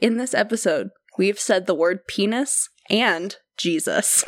In this episode, we've said the word penis and Jesus.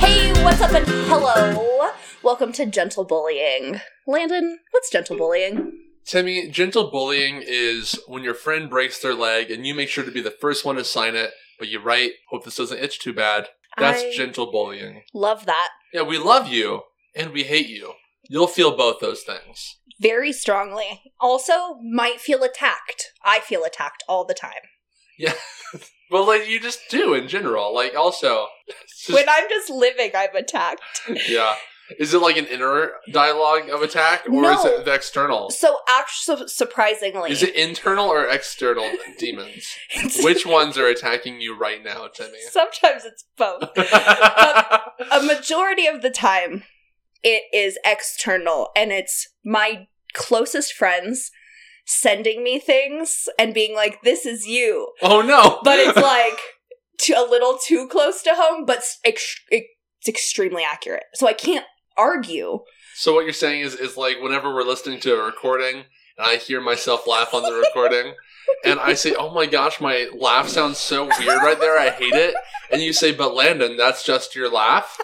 hey, what's up and hello? Welcome to Gentle Bullying. Landon, what's gentle bullying? Timmy, gentle bullying is when your friend breaks their leg and you make sure to be the first one to sign it, but you write, hope this doesn't itch too bad. That's I gentle bullying. love that. Yeah, we love you and we hate you. You'll feel both those things. Very strongly. Also, might feel attacked. I feel attacked all the time. Yeah. well, like you just do in general. Like also, it's just- When I'm just living, I'm attacked. yeah. Is it like an inner dialogue of attack or No. is it the external? So, actually, surprisingly, Is it internal or external demons? it's- Which ones are attacking you right now, Timmy? sometimes it's both. A majority of the time, it is external, and it's my closest friends sending me things and being like, "This is you," oh no! but it's like too, a little too close to home, but s- ex- it's extremely accurate. So I can't argue. So what you're saying is is like whenever we're listening to a recording and I hear myself laugh on the recording and I say, "Oh my gosh, my laugh sounds so weird right there. I hate it." And you say, "But Landon, that's just your laugh."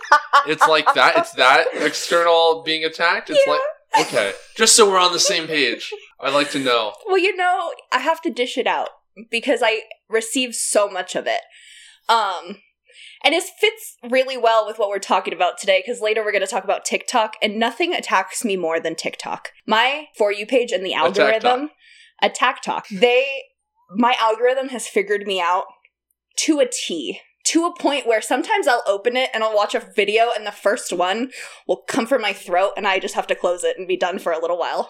It's like that. It's that external being attacked. It's like okay, just so we're on the same page. I'd like to know. Well, you know, I have to dish it out because I receive so much of it. Um and it fits really well with what we're talking about today because later we're going to talk about TikTok and nothing attacks me more than TikTok. My for you page and the Attack algorithm attack talk. They my algorithm has figured me out to a T. To a point where sometimes I'll open it and I'll watch a video and the first one will come from my throat and I just have to close it and be done for a little while.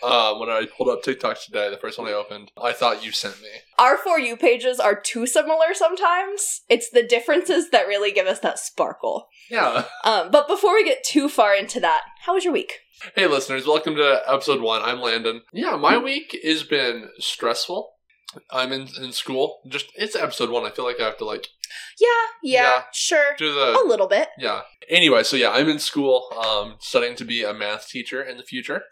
Uh, when I pulled up TikTok today, the first one I opened, I thought you sent me. our for you pages are too similar sometimes. It's the differences that really give us that sparkle. Yeah. Um, but before we get too far into that, how was your week? Hey, listeners, welcome to episode one. I'm Landon. Yeah, my week has been stressful. I'm in, in school. Just it's episode one. I feel like I have to like Yeah, yeah, Yeah. sure, do the little bit. yeah. Anyway, so yeah, I'm in school, um, studying to be a math teacher in the future.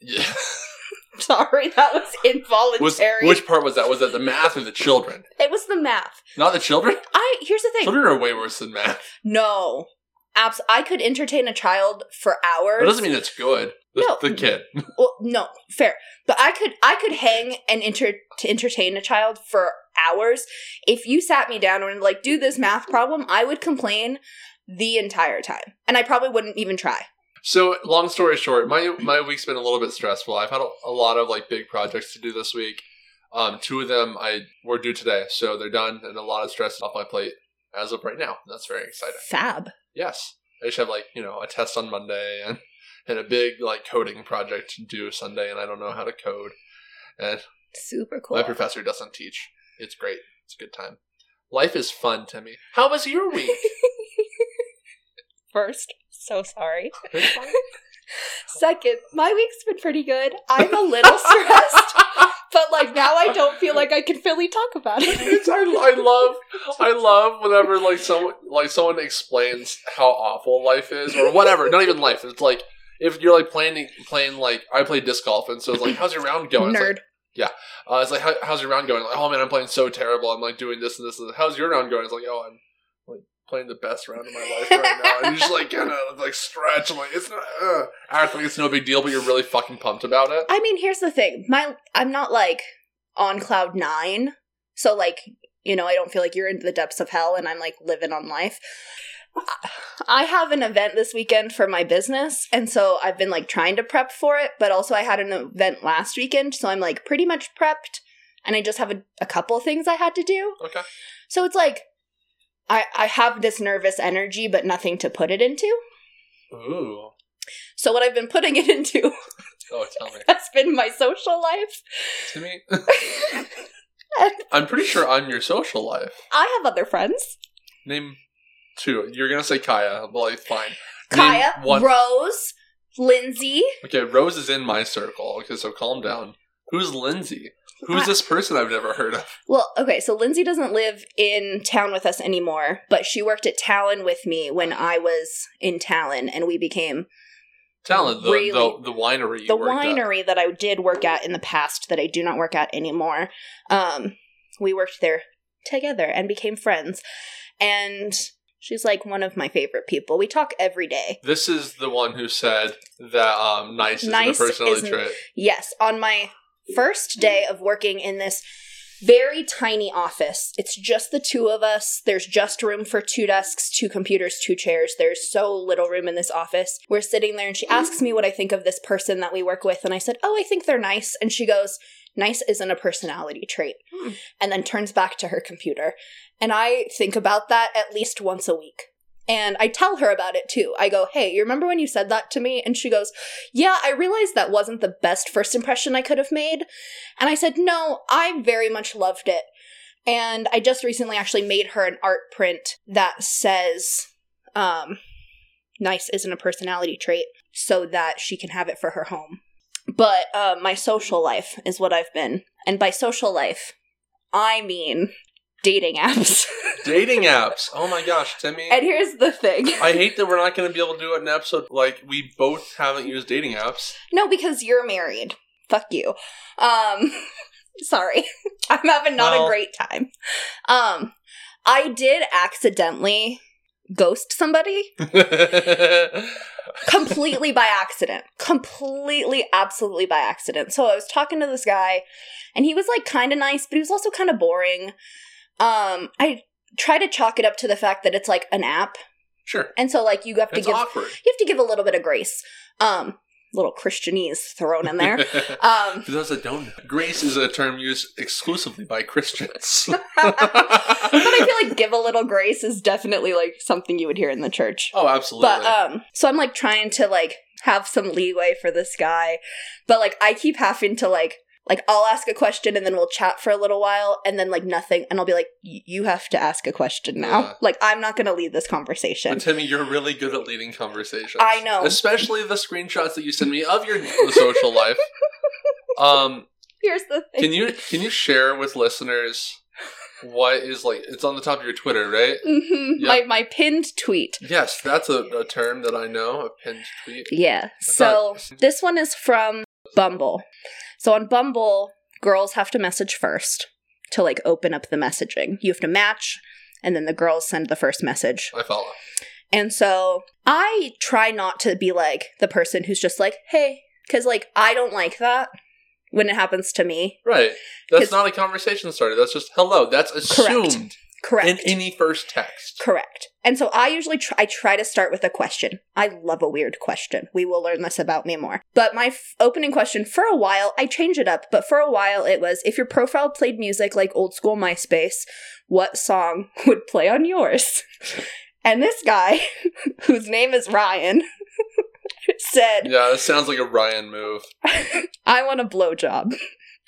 Yeah. Sorry, that was Was, involuntary. which part was that? Was that the math or the children? it was the math. Not the children. I here's the thing. Children are way worse than math. No, abs. I could entertain a child for hours. That doesn't mean it's good. The, No. the kid. Well, no, fair. But I could I could hang and enter to entertain a child for hours. If you sat me down and were like do this math problem, I would complain the entire time, and I probably wouldn't even try. So, long story short, my my week's been a little bit stressful. I've had a, a lot of like big projects to do this week. Um, two of them I were due today, so they're done, and a lot of stress off my plate as of right now. That's very exciting. Fab. Yes, I just have like you know a test on Monday and and a big like coding project to do Sunday, and I don't know how to code. And Super cool. my professor doesn't teach. It's great. It's a good time. Life is fun, Timmy. How was your week? First, so sorry. It's fine. Second, my week's been pretty good. I'm a little stressed, but like now I don't feel like I can fully talk about it. It's- I, I love I love whenever like someone like someone explains how awful life is or whatever. Not even life. It's like if you're like playing playing like I play disc golf and so it's like how's your round going? It's like, Nerd. uh, it's like how, how's your round going? Like oh man, I'm playing so terrible. I'm like doing this and this and this. how's your round going? It's like oh I'm like playing the best round of my life right now. And you just like kind of like stretch. I'm like it's not uh, act like it's no big deal, but you're really fucking pumped about it. I mean, here's the thing. My I'm not like on cloud 9. So like, you know, I don't feel like you're in the depths of hell and I'm like living on life. I have an event this weekend for my business, and so I've been like trying to prep for it, but also I had an event last weekend, so I'm like pretty much prepped and I just have a, a couple things I had to do. Okay. So it's like I I have this nervous energy but nothing to put it into. Ooh. So what I've been putting it into Oh, tell me, has been my social life. Timmy. I'm pretty sure I'm your social life. I have other friends. Name two. You're gonna say Kaya, but like fine. Kaya, Name one. Rose, Lindsay. okay, Rose is in my circle. Okay, so calm down. Who's Lindsay? Who's this person I've never heard of? Well, okay, so Lindsay doesn't live in town with us anymore, but she worked at Talon with me when I was in Talon and we became Talon, the, Really? the, the winery. you the worked at. winery that I did work at in the past that I do not work at anymore. Um, we worked there together and became friends. And she's like one of my favorite people. We talk every day. This is the one who said that um, nice, Nice is a personality isn't- trait. Yes, on my first day of working in this very tiny office, it's just the two of us. There's just room for two desks, two computers, two chairs. There's so little room in this office. We're sitting there and she asks me what I think of this person that we work with. And I said, Oh, I think they're nice. And she goes, Nice isn't a personality trait. Hmm. And then turns back to her computer. And I think about that at least once a week. And I tell her about it too. I go, Hey, you remember when you said that to me? And she goes, yeah, I realized that wasn't the best first impression I could have made. And I said, no, I very much loved it. And I just recently actually made her an art print that says, um, nice isn't a personality trait, so that she can have it for her home. But uh, my social life is what I've been. And by social life, I mean dating apps. Dating apps. Oh my gosh, Timmy. and here's the thing. I hate that we're not going to be able to do it in an episode. Like, we both haven't used dating apps. No, because you're married. Fuck you. Um sorry. I'm having not Well- a great time. Um I did accidentally ghost somebody completely by accident. Completely absolutely by accident. So I was talking to this guy and he was like kind of nice, but he was also kind of boring. Um I try to chalk it up to the fact that it's like an app sure. and so like you have to It's give awkward. you have to give a little bit of grace. Um little christianese thrown in there. Um For those that don't know, grace is a term used exclusively by Christians. but I feel like give a little grace is definitely like something you would hear in the church. oh, absolutely. But um so I'm like trying to like have some leeway for this guy. But like I keep having to like like I'll ask a question and then we'll chat for a little while and then like nothing and I'll be like "Y- you have to ask a question now. Yeah. Like I'm not going to lead this But conversation. Timmy, you're really good at leading conversations. I know. especially the screenshots that you send me of your social life. Um, Here's the thing. can you can you share with listeners what is like? It's on the top of your Twitter, right? Mhm. Yeah. My my pinned tweet. Yes, that's a, a term that I know. A pinned tweet. Yeah. So thought- this one is from Bumble. So on Bumble, girls have to message first to like open up the messaging. You have to match, and then the girls send the first message. I follow. And so I try not to be like the person who's just like, hey, because like I don't like that when it happens to me. Right. That's 'Cause- not a conversation starter. That's just hello. That's assumed Correct. in any first text. Correct. And so I usually try, I try to start with a question. I love a weird question. We will learn this about me more. But my f- opening question for a while, I changed it up, but for a while it was if your profile played music like old school MySpace, what song would play on yours? And this guy, whose name is Ryan, said, Yeah, that sounds like a Ryan move. "I want a blowjob."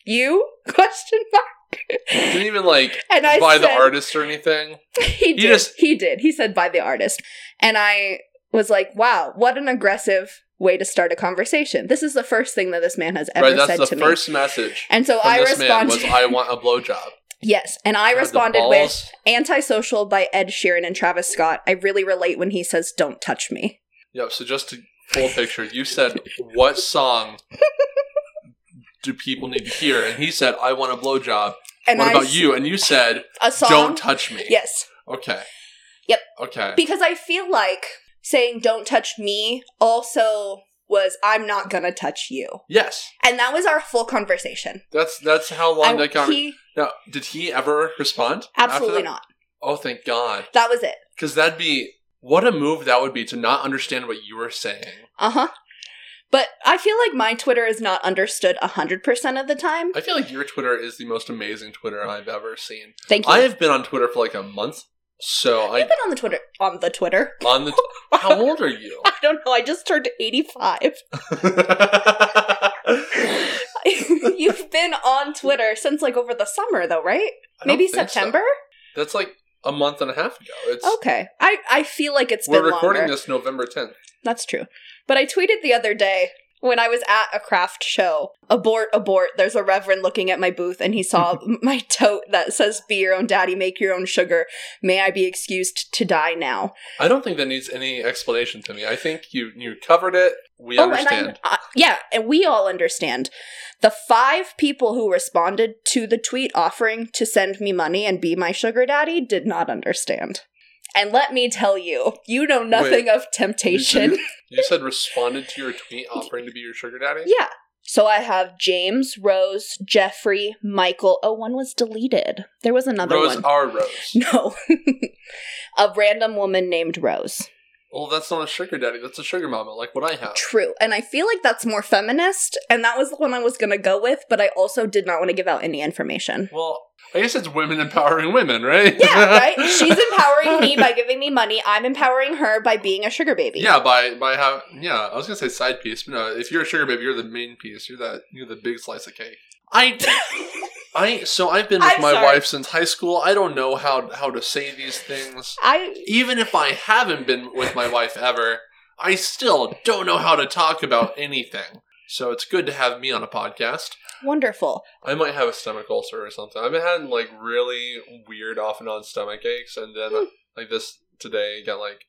You? Question mark. Didn't even like And I by the said- artist or anything. he did. just- he did. He said by the artist. And I was like, wow, what an aggressive way to start a conversation. This is the first thing that this man has ever Right. That's said the to me. first message. And so From I this man responded. was I want a blowjob. yes. And I Had the responded with balls. Antisocial by Ed Sheeran and Travis Scott. I really relate when he says, don't touch me. Yep. So just to full picture, you said what song do people need to hear? And he said I want a blowjob. And What I, about you? And you said A song. don't touch me. Yes. Okay. Yep. Okay. Because I feel like saying, don't touch me also was, I'm not going to touch you. yes. And that was our full conversation. That's that's how long I- that conversation. he, Now, did he ever respond? after absolutely that? not. Oh, thank God. That was it. Because that'd be what a move that would be to not understand what you were saying. Uh huh. But I feel like my Twitter is not understood 100% of the time. I feel like your Twitter is the most amazing Twitter I've ever seen. Thank you. I have been on Twitter for like a month, so I I've been on the Twitter. On the Twitter. on the. how old are you? I don't know. I just turned 85. I You've been on Twitter since like over the summer, though, right? don't Maybe think so. September? That's like a month and a half ago. It's Okay. I, I feel like it's we're been recording longer. this November tenth. That's true. But I tweeted the other day when I was at a craft show, abort, abort, there's a reverend looking at my booth and he saw my tote that says, Be your own daddy, make your own sugar. May I be excused to die now? I don't think that needs any explanation to me. I think you you covered it. We and understand. I, uh, yeah, and we all understand. The five people who responded to the tweet offering to send me money and be my sugar daddy did not understand. And let me tell you, you know nothing of temptation. You, you said responded to your tweet offering to be your sugar daddy. Yeah. So I have James, Rose, Jeffrey, Michael. Oh, one was deleted. There was another Rose one. are Rose. no. a random woman named Rose. Well, that's not a sugar daddy. That's a sugar mama, like what I have. True. And I feel like that's more feminist, and that was the one I was going to go with, but I also did not want to give out any information. Well, I guess it's women empowering women, right? Yeah, right? She's empowering me by giving me money. I'm empowering her by being a sugar baby. Yeah, by by how? Yeah, I was gonna say side piece, but no. If you're a sugar baby, you're the main piece. You're that. You're the big slice of cake. I, I. So I've been with I'm my sorry. wife since high school. I don't know how how to say these things. I Even if I haven't been with my wife ever, I still don't know how to talk about anything. So it's good to have me on a podcast. wonderful. I might have a stomach ulcer or something. I've been having like really weird off and on stomach aches, and then Hmm. like this today got like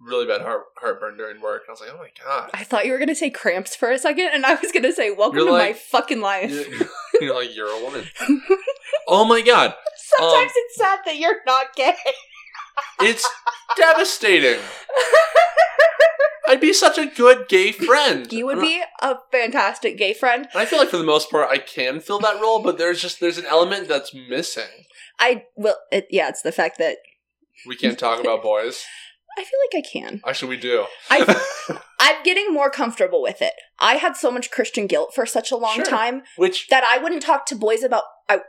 really bad heart heartburn during work. I was like, oh my god. I thought you were going to say cramps for a second, and I was going to say, Welcome You're to my like- fucking life. You're, you're like you're a woman. oh my god, Sometimes um, it's sad that you're not gay. it's devastating. I'd be such a good gay friend. You would be a fantastic gay friend. And I feel like for the most part, I can fill that role, but there's just there's an element that's missing. I will. It, yeah, it's the fact that We can't talk about boys. I feel like I can. Actually, we do. I I'm getting more comfortable with it. I had so much Christian guilt for such a long Sure. time Which that I wouldn't talk to boys about. I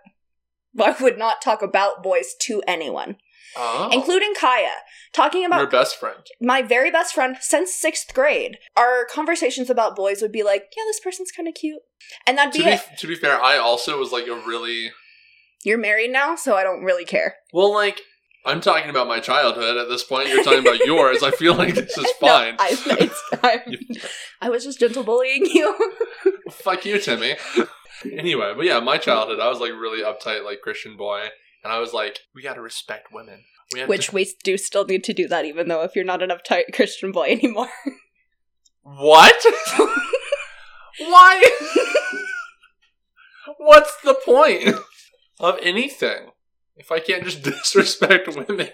I would not talk about boys to anyone, oh, including Kaya. Talking about your best friend. my very best friend since sixth grade, our conversations about boys would be like, "Yeah, this person's kind of cute," and that'd to be be, it. to be fair, I also was like a really You're married now, so I don't really care. well, like I'm talking about my childhood at this point. You're talking about yours. I feel like this is No, fine. I, it's, I'm, I was just gentle bullying you. Fuck you, Timmy. anyway, but yeah, my childhood, I was like really uptight, like Christian boy, and I was like, we gotta respect women. We have Which to- we do still need to do that, even though if you're not an uptight Christian boy anymore. what? Why? What's the point of anything if I can't just disrespect women?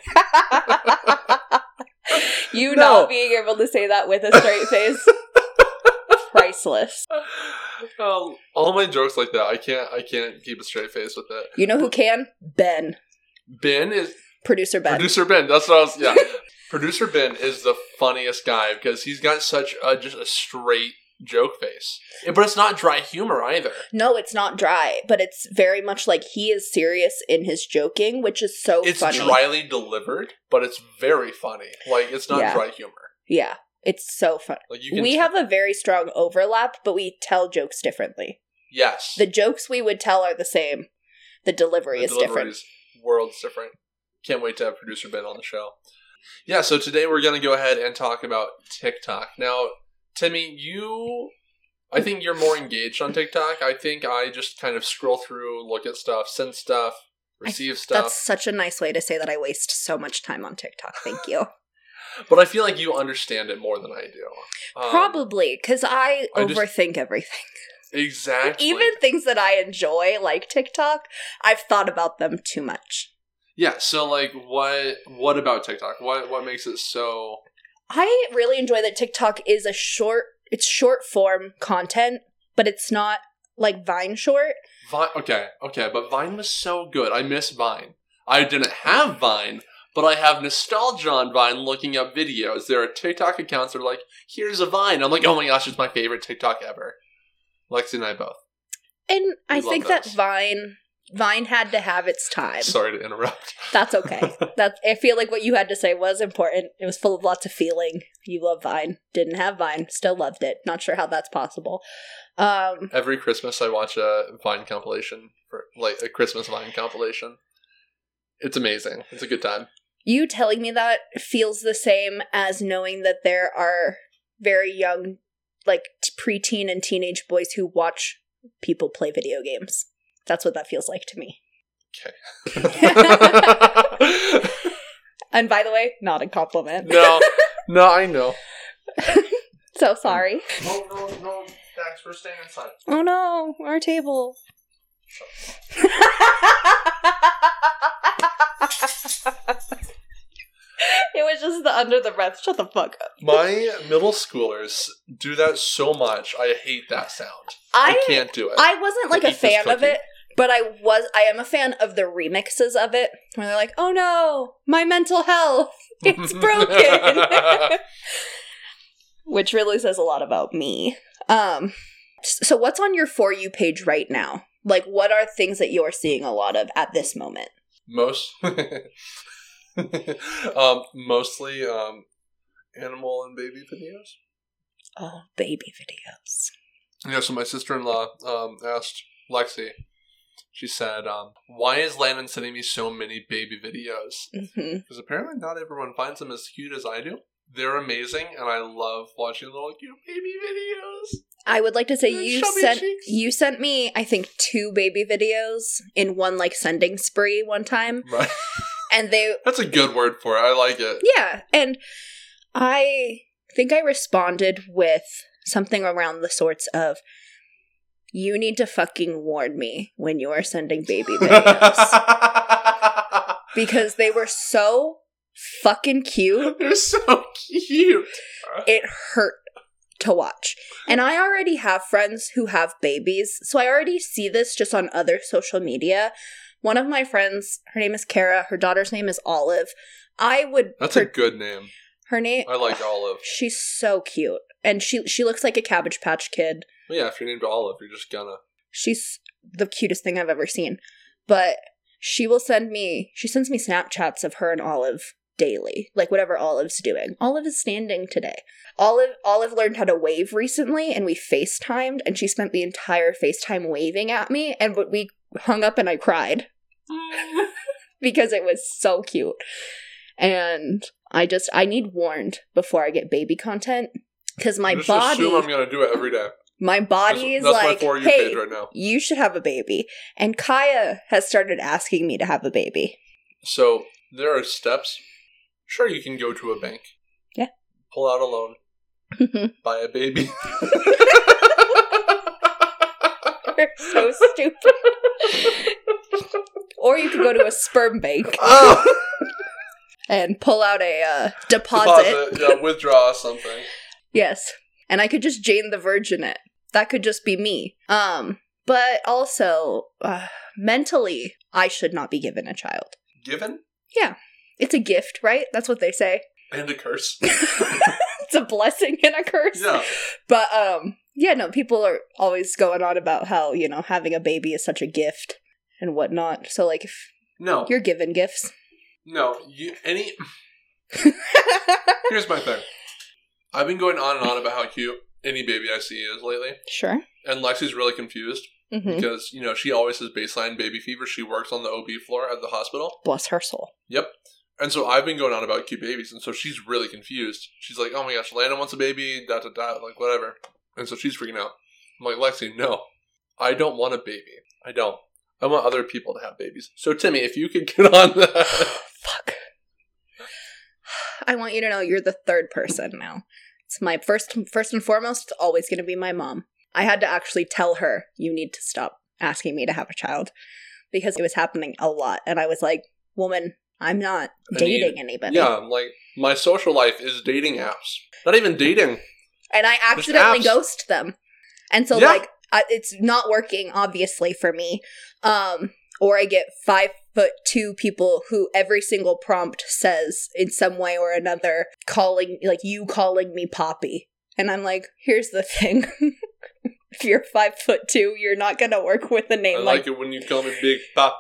you No. not being able to say that with a straight face. Priceless. Oh, all my jokes like that, I can't. I can't keep a straight face with it. You know who can? Ben. Ben is Producer Ben. producer Ben. That's what I was. Yeah, producer Ben is the funniest guy because he's got such a just a straight joke face, Yeah, but it's not dry humor either. no, it's not dry, but it's very much like he is serious in his joking, which is so It's funny. dryly delivered, but it's very funny. Like it's not Yeah. dry humor. Yeah, it's so fun. Like you can. We have a very strong overlap, but we tell jokes differently. yes. The jokes we would tell are the same. The delivery is different. is- world's different. Can't wait to have producer Ben on the show. Yeah, so today we're going to go ahead and talk about TikTok. Now, Timmy, you I think you're more engaged on TikTok. I think I just kind of scroll through, look at stuff, send stuff, receive That's stuff. such a nice way to say that I waste so much time on TikTok. Thank you. But I feel like you understand it more than I do. Um, Probably because I, I just- overthink everything. Exactly. Even things that I enjoy, like TikTok, I've thought about them too much. Yeah, so like what what about TikTok? What what makes it so I really enjoy that TikTok is a short. It's short form content, but it's not like Vine short. Vine. Okay, okay, but Vine was so good. I miss Vine. I didn't have Vine, but I have nostalgia on Vine looking up videos. There are TikTok accounts that are like, here's a Vine. I'm like, oh my gosh, it's my favorite TikTok ever. Lexi and I both. And I love think that those. Vine Vine had to have its time. Sorry to interrupt. That's okay. That's I feel like what you had to say was important. It was full of lots of feeling. You love Vine. Didn't have Vine, still loved it. Not sure how that's possible. Um Every Christmas, I watch a Vine compilation, for, like a Christmas Vine compilation. It's amazing. It's a good time. you telling me that feels the same as knowing that there are very young like t- preteen and teenage boys who watch people play video games. That's what that feels like to me. And by the way, not a compliment. no, no, I know. So sorry. No, no, no. Dax, we're staying inside. Oh no, our table. it was just the under the breath. Shut the fuck up. My middle schoolers do that so much. I hate that sound. I, I can't do it. I wasn't like Eat a this fan of cookie. it, but I was I am a fan of the remixes of it where they're like, "Oh no, my mental health. It's broken." Which really says a lot about me. Um s- so what's on your for you page right now? Like what are things that you're seeing a lot of at this moment? Most, um, mostly um, animal and baby videos. Oh, baby videos. Yeah, so my sister in law um, asked Lexi, she said, um, Why is Landon sending me so many baby videos? Mhm. Because apparently not everyone finds them as cute as I do. They're amazing, and I love watching little cute baby videos. I would like to say Mm, you chubby sent cheeks. you sent me I think two baby videos in one like sending spree one time Right. and they That's a good word for it. I like it. Yeah, and I think I responded with something around the sorts of you need to fucking warn me when you are sending baby videos because they were so fucking cute. They're so cute. It hurt to watch. And I already have friends who have babies, so I already see this just on other social media. One of my friends, her name is Kara, her daughter's name is Olive. I would That's a her, good name. her name I like Olive. She's so cute. And she she looks like a cabbage patch kid. Well, yeah, if you're named Olive, you're just gonna. She's the cutest thing I've ever seen. But she will send me she sends me Snapchats of her and Olive daily. Like whatever Olive's doing. Olive is standing today. Olive Olive learned how to wave recently and we FaceTimed and she spent the entire FaceTime waving at me and but we hung up and I cried because it was so cute. And I just I need warned before I get baby content because my just body assume I'm gonna do it every day. My body is That's, that's like, my for you hey, page right now. you should have a baby. And Kaya has started asking me to have a baby. So there are steps. Sure, you can go to a bank. Yeah. Pull out a loan. Buy a baby. You're so stupid. or you could go to a sperm bank oh, and pull out a uh, deposit. deposit. Yeah, withdraw something. Yes. And I could just Jane the Virgin it. That could just be me. Um, but also, uh, mentally, I should not be given a child. Given It's a gift, right? That's what they say. and a curse. It's a blessing and a curse. Yeah. But um yeah, no, people are always going on about how, you know, having a baby is such a gift and whatnot. So like if No. you're given gifts. No. You any. Here's my thing. I've been going on and on about how cute any baby I see is lately, sure. and Lexi's really confused hmm because you know she always has baseline baby fever. She works on the OB floor at the hospital. Bless her soul. Yep. And so I've been going on about cute babies, and so she's really confused. She's like, "Oh my gosh, Lana wants a baby, da da da, like whatever." And so she's freaking out. I'm like, Lexi, no, I don't want a baby. I don't. I want other people to have babies. So Timmy, if you could get on that, Fuck. I want you to know you're the third person now. It's my first first and foremost, it's always gonna be my mom. I had to actually tell her you need to stop asking me to have a child because it was happening a lot and I was like, Woman, I'm not I need- dating anybody. yeah, I'm like my social life is dating apps. Not even dating. and I accidentally apps. ghost them. And so Yeah. like I, it's not working obviously for me. Um or I get 5 foot 2 people who every single prompt says in some way or another calling like you calling me poppy. And I'm like, here's the thing. if you're 5 foot 2, you're not going to work with a I name like, like it when you call me Big Pop.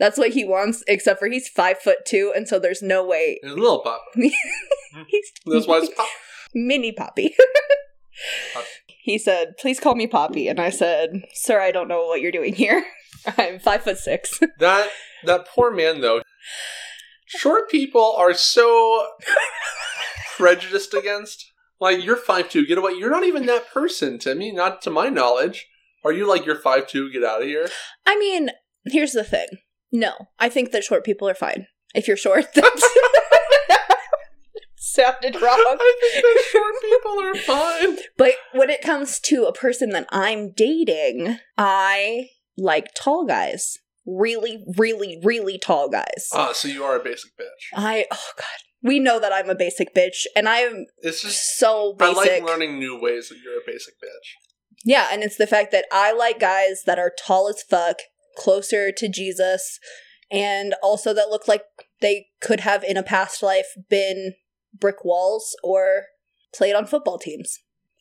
that's what he wants except for he's 5 foot 2 and so there's no way It's Little Pop. he's That's why it's Pop. mini Poppy. Poppy. he said, "Please call me Poppy," and I said, "Sir, I don't know what you're doing here. I'm five foot six. That that poor man though. Short people are so prejudiced against. Like you're five two, get away. You're not even that person, Timmy. Not to my knowledge. Are you like you're five two? Get out of here. I mean, here's the thing. No, I think that short people are fine. If you're short, that's sounded wrong. I think that short people are fine. But when it comes to a person that I'm dating, I like tall guys. Really, really, really tall guys. Ah, so you are a basic bitch. I oh god. We know that I'm a basic bitch and I'm It's just so basic. I like learning new ways that you're a basic bitch. Yeah, and it's the fact that I like guys that are tall as fuck, closer to Jesus, and also that look like they could have in a past life been brick walls or played on football teams.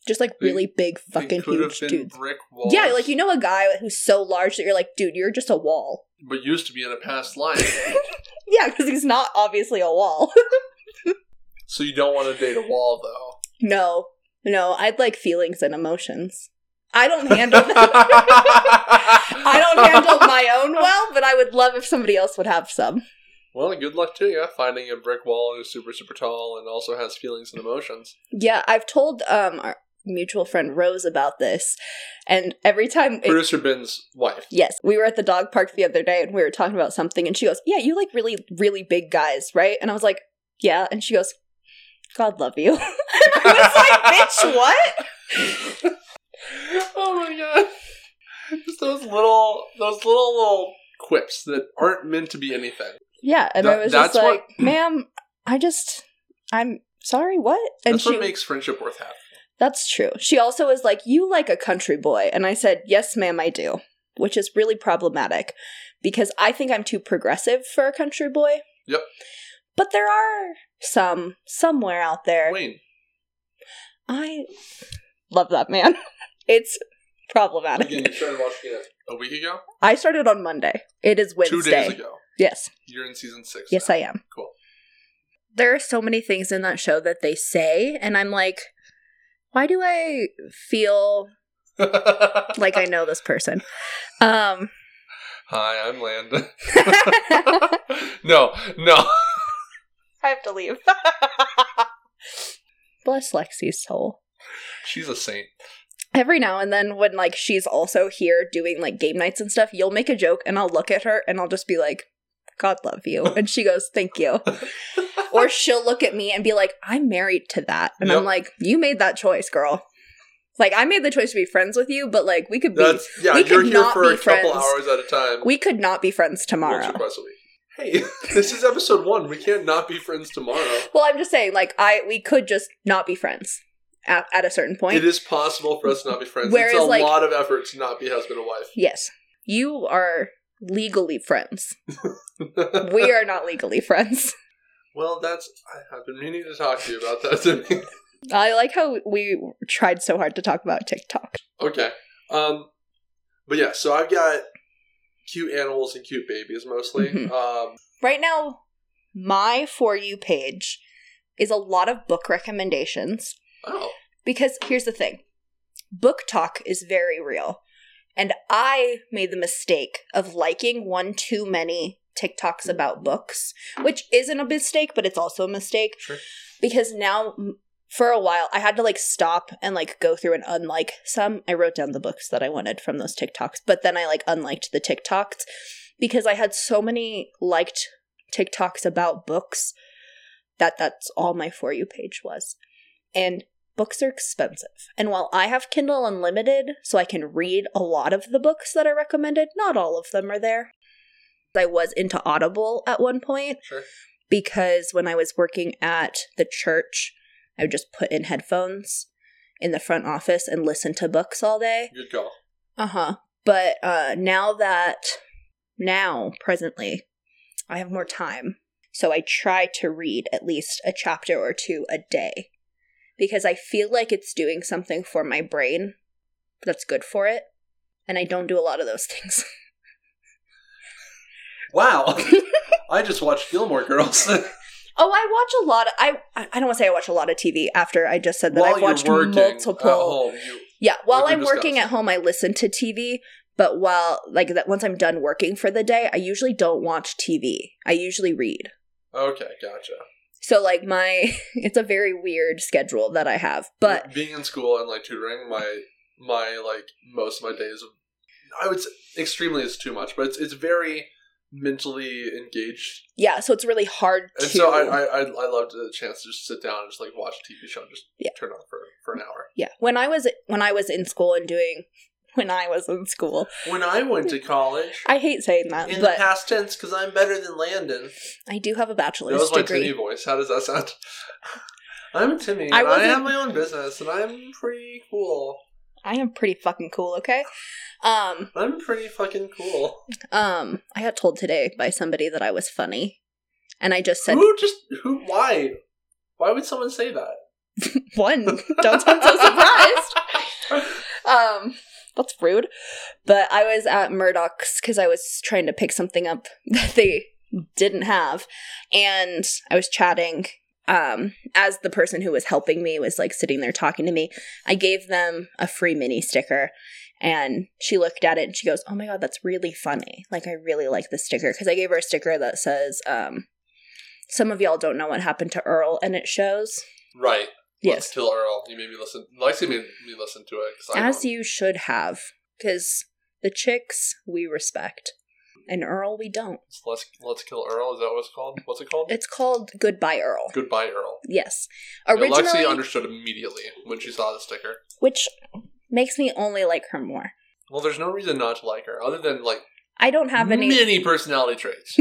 Just like They- really big They fucking could have huge been dudes. brick walls. Yeah, like you know a guy who's so large that you're like, dude, you're just a wall. but used to be in a past life. Yeah, because he's not obviously a wall. so you don't want to date a wall though. no, no, I'd like feelings and emotions. I don't handle them. I don't handle my own well, but I would love if somebody else would have some. Well, good luck to you finding a brick wall who's super, super tall and also has feelings and emotions. Yeah, I've told um our mutual friend Rose about this, and every time. It- Producer Ben's wife. Yes, we were at the dog park the other day and we were talking about something, and she goes, Yeah, you like really, really big guys, right? And I was like, Yeah. And she goes, God love you. I was like, Bitch, what? oh my god! Just those little, those little little quips that aren't meant to be anything. Yeah, and That- I was that's just like, what- "Ma'am, I just, I'm sorry, what?" And That's she, what makes friendship worth having. that's true. She also was like, "You like a country boy," and I said, "Yes, ma'am, I do," which is really problematic because I think I'm too progressive for a country boy. Yep. But there are some somewhere out there. Wayne, I love that man. It's problematic. again, you started watching it a week ago, I started on Monday. It is Wednesday. two days ago. Yes. You're in season six. Yes, I am. Cool. There are so many things in that show that they say, and I'm like, why do I feel I. like I know this person? Um, Hi, I'm Landon. I no, no. have to leave. Bless Lexi's soul. She's a saint. Every now and then, when like she's also here doing like game nights and stuff, you'll make a joke, and I'll look at her, and I'll just be like, "God love you," and she goes, "Thank you." or she'll look at me and be like, I'm married to that. And Yep. I'm like, you made that choice, girl. Like, I made the choice to be friends with you, but like, we could be, That's yeah. we you're could here not for a be couple friends. hours at a time. we could not be friends Once or tomorrow. twice a week. Hey, this is episode one. We can't not be friends tomorrow. Well, I'm just saying, like, I, we could just not be friends at, at a certain point. It is possible for us to not be friends. Whereas, it's a like- lot of effort to not be husband and wife. yes. You are legally friends. we are not legally friends. Well, that's. I have been meaning to talk to you about that, Timmy. I like how we tried so hard to talk about TikTok. okay. Um, but yeah, so I've got cute animals and cute babies mostly. Mhm. Um, Right now, my For You page is a lot of book recommendations. oh, because here's the thing book talk is very real and i made the mistake of liking one too many tiktoks about books which isn't a mistake but it's also a mistake Sure. because now m- for a while i had to like stop and like go through and unlike some i wrote down the books that i wanted from those tiktoks but then i like unliked the tiktoks because i had so many liked tiktoks about books that that's all my for you page was and books are expensive. And while I have Kindle Unlimited, so I can read a lot of the books that are recommended, not all of them are there. I was into Audible at one point sure. because when I was working at the church, I would just put in headphones in the front office and listen to books all day. Good call. Uh-huh. But uh now that now presently I have more time. So I try to read at least a chapter or two a day because I feel like it's doing something for my brain that's good for it and I don't do a lot of those things. Wow. I just watched Gilmore Girls. oh, I watch a lot of, I I I don't want to say I watch a lot of TV after I just said that I've watched uh, multiple at home, you Yeah, while Like we I'm working discussed. at home, I listen to TV. But while like that, once I'm done working for the day, I usually don't watch TV. I usually read. okay? Gotcha. So like my it's a very weird schedule that I have. But being in school and like tutoring, my my like most of my days, I would say extremely is too much, but it's it's very mentally engaged, yeah, so it's really hard to and so I I I, I loved the chance to just sit down and just like watch a TV show and just Yeah. turn on for for an hour. Yeah. When I was when I was in school and doing when I was in school. When I went to college. I hate saying that, in the Uh, but past tense, because I'm better than Landon. I do have a That bachelor's was my degree. Timmy voice. How does that sound? I'm Timmy. I and I wasn't- have my own business, and I'm pretty cool. I am pretty fucking cool, okay? Um I'm pretty fucking cool. um I got told today by somebody that I was funny. And I just said, who just who? Why? Why would someone say that? "One, don't sound so surprised." Um, that's rude. But I was at Murdoch's because I was trying to pick something up that they didn't have, and I was chatting. Um, as the person who was helping me was like sitting there talking to me, I gave them a free mini sticker, and she looked at it and she goes, "Oh my god, that's really funny! Like I really like this sticker because I gave her a sticker that says." Um, some of y'all don't know what happened to Earl, and it shows. Right. Yes, Kill Earl. You made me listen. Lexi made me listen to it. 'cause I as don't- you should have because the chicks we respect and earl we don't let's let's kill Earl. Is that what it's called? What's it called? it's called goodbye earl Goodbye, Earl. yes And originally Lexi understood immediately when she saw the sticker. which makes me only like her more Well, there's no reason not to like her, other than like i don't have any many personality traits.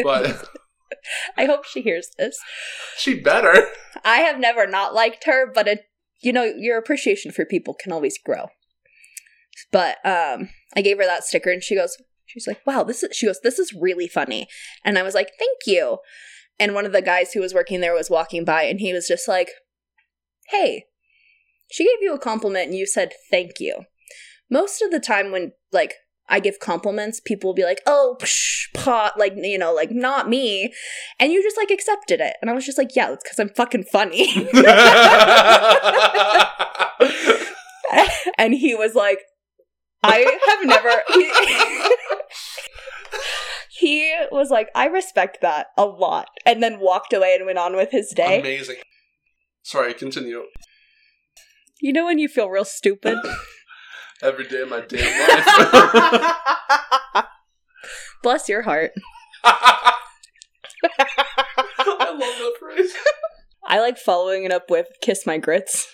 But i hope she hears this she better. i have never not liked her but it you know your appreciation for people can always grow but um i gave her that sticker and she goes she's like wow this is she goes this is really funny and i was like thank you and one of the guys who was working there was walking by and he was just like hey she gave you a compliment and you said thank you most of the time when like i give compliments people will be like oh psh, pot like you know like not me and you just like accepted it and i was just like yeah it's because i'm fucking funny and he was like i have never he was like i respect that a lot and then walked away and went on with his day Amazing. Sorry, continue. you know when you feel real stupid Every day of my damn life. bless your heart I love that phrase. i like following it up with kiss my grits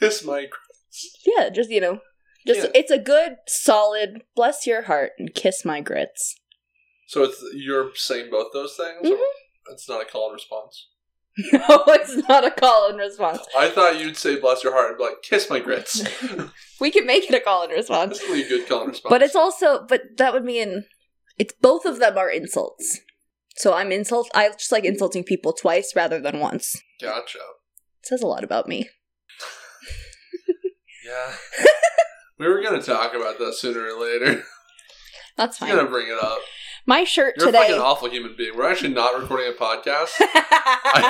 Kiss my gr- yeah just you know just Yeah. it's a good solid bless your heart and kiss my grits So it's you're saying both those things? or It's not a call and response. no it's not a call and response I thought you'd say bless your heart and be like, kiss my grits. we can make it a call and response That's really a good call and response. But it's also, but that would mean it's both of them are insults. So I'm insult. I just like insulting people twice rather than once. Gotcha. It says a lot about me. Yeah. we were gonna talk about that sooner or later. That's I'm fine. gonna bring it up. My shirt You're a fucking today. awful human being. We're actually not recording a podcast.